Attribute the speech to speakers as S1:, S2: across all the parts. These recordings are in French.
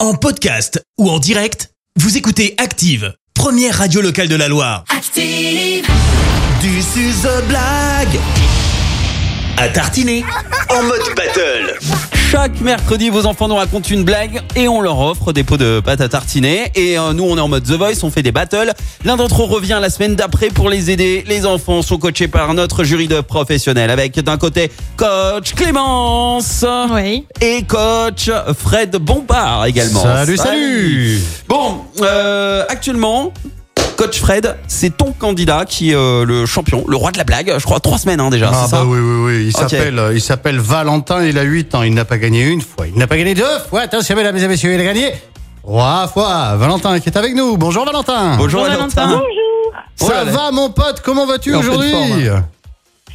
S1: En podcast ou en direct, vous écoutez Active, première radio locale de la Loire.
S2: Active,
S1: Du suzo blague à tartiner en mode battle.
S3: Chaque mercredi, vos enfants nous racontent une blague et on leur offre des pots de pâte à tartiner. Et euh, nous, on est en mode The Voice, on fait des battles. L'un d'entre eux revient la semaine d'après pour les aider. Les enfants sont coachés par notre jury de professionnels avec d'un côté coach Clémence
S4: Oui.
S3: et coach Fred Bompard également.
S5: Salut, salut
S3: Bon, euh, actuellement... Coach Fred, c'est ton candidat qui est euh, le champion, le roi de la blague, je crois trois semaines hein, déjà,
S5: Ah
S3: c'est ça
S5: bah oui oui oui, il
S3: Ok.
S5: s'appelle euh, il s'appelle Valentin, il a 8 ans, il n'a pas gagné une fois, il n'a pas gagné deux fois, attention mesdames et messieurs, il a gagné trois fois. Valentin qui est avec nous. Bonjour Valentin.
S3: Bonjour,
S4: Bonjour,
S3: Valentin.
S4: Valentin.
S3: Oh là
S5: Ça
S3: là.
S5: va mon pote, comment vas-tu
S3: En pleine
S5: aujourd'hui
S3: forme. hein.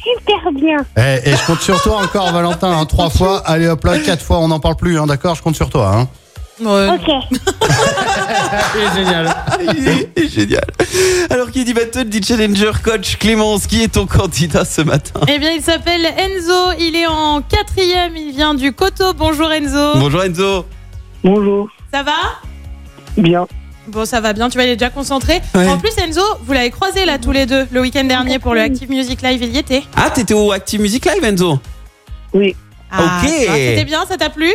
S6: Super bien.
S5: Eh, Et je compte sur toi encore Valentin, hein, trois fois, allez hop là, quatre fois, on n'en parle plus, hein, d'accord, je compte sur toi. Hein.
S4: Euh,
S6: Ok.
S5: génial.
S3: Génial. Alors qui dit battle dit challenger coach Clémence, qui est ton candidat ce matin
S4: Eh bien, il s'appelle Enzo. Il est en quatrième. Il vient du Coteau. Bonjour Enzo.
S3: Bonjour Enzo.
S6: Bonjour.
S4: Ça va
S6: Bien.
S4: Bon, ça va bien. Tu vas aller déjà concentré.
S3: Ouais.
S4: En plus, Enzo, vous l'avez croisé là tous les deux le week-end dernier pour le Active Music Live. Il y était.
S3: Ah t'étais au Active Music Live Enzo
S6: Oui.
S4: Ah,
S3: Ok.
S4: tu vois, C'était bien. Ça t'a plu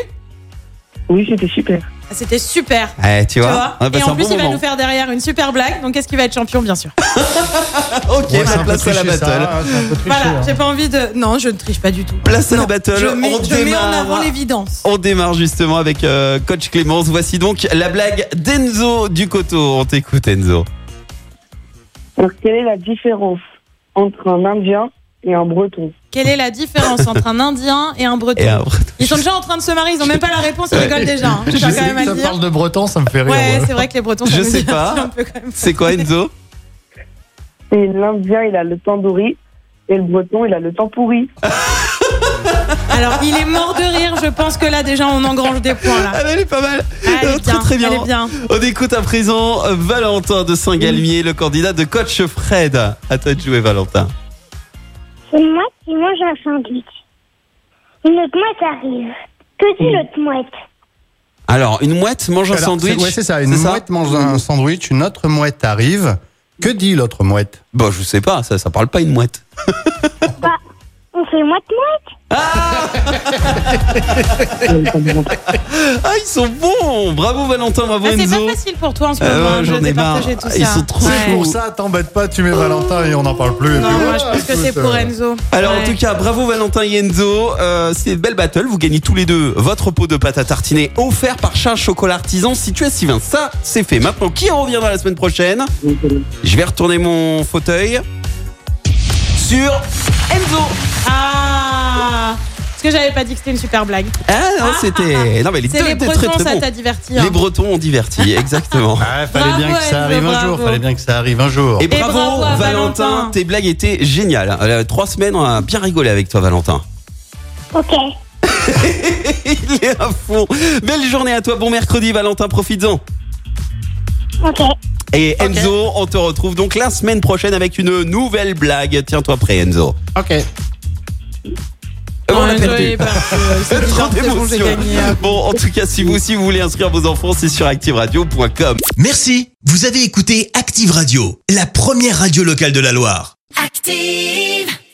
S6: Oui, c'était super.
S4: Ah, C'était super.
S3: Eh tu
S4: Tu
S3: vois,
S4: vois
S3: on a passé
S4: Et en
S3: un
S4: plus,
S3: bon
S4: il va
S3: moment.
S4: nous faire derrière une super blague. Donc, est-ce qu'il va être champion, bien sûr
S3: Ok, bah, place à la battle.
S5: hein.
S4: Voilà. J'ai pas envie de. Non, je ne triche pas du tout.
S3: hein. Place à la battle.
S4: Je mets,
S3: on
S4: je mets en
S3: démarre.
S4: avant l'évidence.
S3: on démarre justement avec euh, coach Clémence. Voici donc la blague d'Enzo du coteau. On t'écoute Enzo.
S6: Alors, quelle est la différence entre un Indien et un Breton
S4: Quelle est la différence entre un Indien et un Breton
S3: Et après,
S4: Ils sont déjà en train de se marier, ils ont même pas la réponse, ils
S3: Ouais.
S4: rigolent déjà. hein. Je tiens quand même à le dire.
S5: de breton, ça me fait
S4: Ouais, c'est vrai que les Bretons, ça
S3: Je
S4: nous
S3: sais pas.
S4: divertit un peu quand même.
S3: c'est quoi Enzo
S6: Et l'Indien, il a le temps doré et le Breton, il a le temps pourri.
S4: Alors, il est mort de rire, je pense que là, déjà, on engrange des points,
S3: Ah,
S4: là.
S3: Elle est pas mal.
S4: Ah, elle est
S3: Euh, très
S4: bien,
S3: très bien.
S4: elle est bien.
S3: On écoute à présent euh, Valentin de Saint-Galmier, le candidat de coach Fred. À toi de jouer Valentin.
S7: C'est moi qui mange un sandwich. Une autre mouette arrive. Que dit l'autre mouette
S3: Alors, une mouette mange un sandwich.
S5: Ouais, c'est ça, une mouette mange un sandwich, une autre mouette arrive. Que dit l'autre mouette
S3: Bon, Bah, je sais pas, ça, ça parle pas une mouette.
S7: On fait moite-moite
S3: Ah, ils sont bons Bravo Valentin, bravo
S4: Ah, c'est
S3: Enzo.
S4: pas facile pour toi en ce
S3: Euh,
S4: moment, hein,
S3: ouais,
S4: de
S3: j'en ai marre.
S4: départager tout ça.
S3: Ils sont trop
S4: Ouais.
S3: chauds.
S5: Pour ça, t'embête pas, tu mets Valentin et on n'en parle plus. et
S4: Non,
S5: puis
S4: moi,
S5: voilà,
S4: je pense que
S5: écoute,
S4: c'est pour
S5: euh,
S4: Enzo.
S3: Alors en
S4: Ouais.
S3: tout cas, bravo Valentin et Enzo. Euh, c'est une belle battle. Vous gagnez tous les deux votre pot de pâte à tartiner offert par Charles Chocolat Artisan situé à Sivin. Ça, c'est fait. Maintenant, qui en reviendra la semaine prochaine Je vais retourner mon fauteuil sur Enzo.
S4: Ah Parce que j'avais pas dit que c'était une super blague.
S3: Ah non, c'était. Non, mais les deux
S4: C'est les
S3: étaient très
S4: Bretons,
S3: très
S4: ça
S3: bons.
S4: t'a diverti. hein.
S3: Les Bretons ont diverti, exactement.
S5: Ah, fallait
S4: Bravo,
S5: bien que ça
S4: Enzo,
S5: arrive un
S4: bravo.
S5: jour, fallait bien que ça arrive un jour.
S3: Et bravo,
S4: bravo à
S3: Valentin.
S4: Valentin.
S3: tes blagues étaient géniales. Euh, trois semaines, on a bien rigolé avec toi Valentin.
S7: Ok.
S3: Il est à fond. Belle journée à toi, bon mercredi Valentin, profites-en.
S7: Ok.
S3: Et Enzo, on te retrouve donc la semaine prochaine avec une nouvelle blague. Tiens-toi prêt Enzo.
S5: Ok.
S3: Euh, on
S4: Non,
S3: a
S4: Enzo, il
S3: perdu.
S4: est parti, euh, c'est
S3: Trop
S4: bizarre, c'est bon, j'ai
S3: d'émotion.
S4: gagné. hein.
S3: Bon, en tout cas, si vous aussi vous voulez inscrire vos enfants, c'est sur activeradio.com.
S1: Merci, vous avez écouté Active Radio, la première radio locale de la Loire.
S2: active.